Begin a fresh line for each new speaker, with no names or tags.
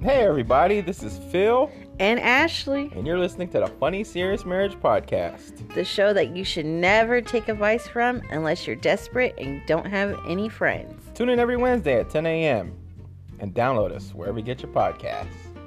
Hey, everybody, this is Phil,
and Ashley,
and you're listening to the Funny Serious Marriage Podcast.
the show that you should never take advice from unless you're desperate and don't have any friends.
Tune in every Wednesday at 10 a.m. and download us wherever you get your podcasts.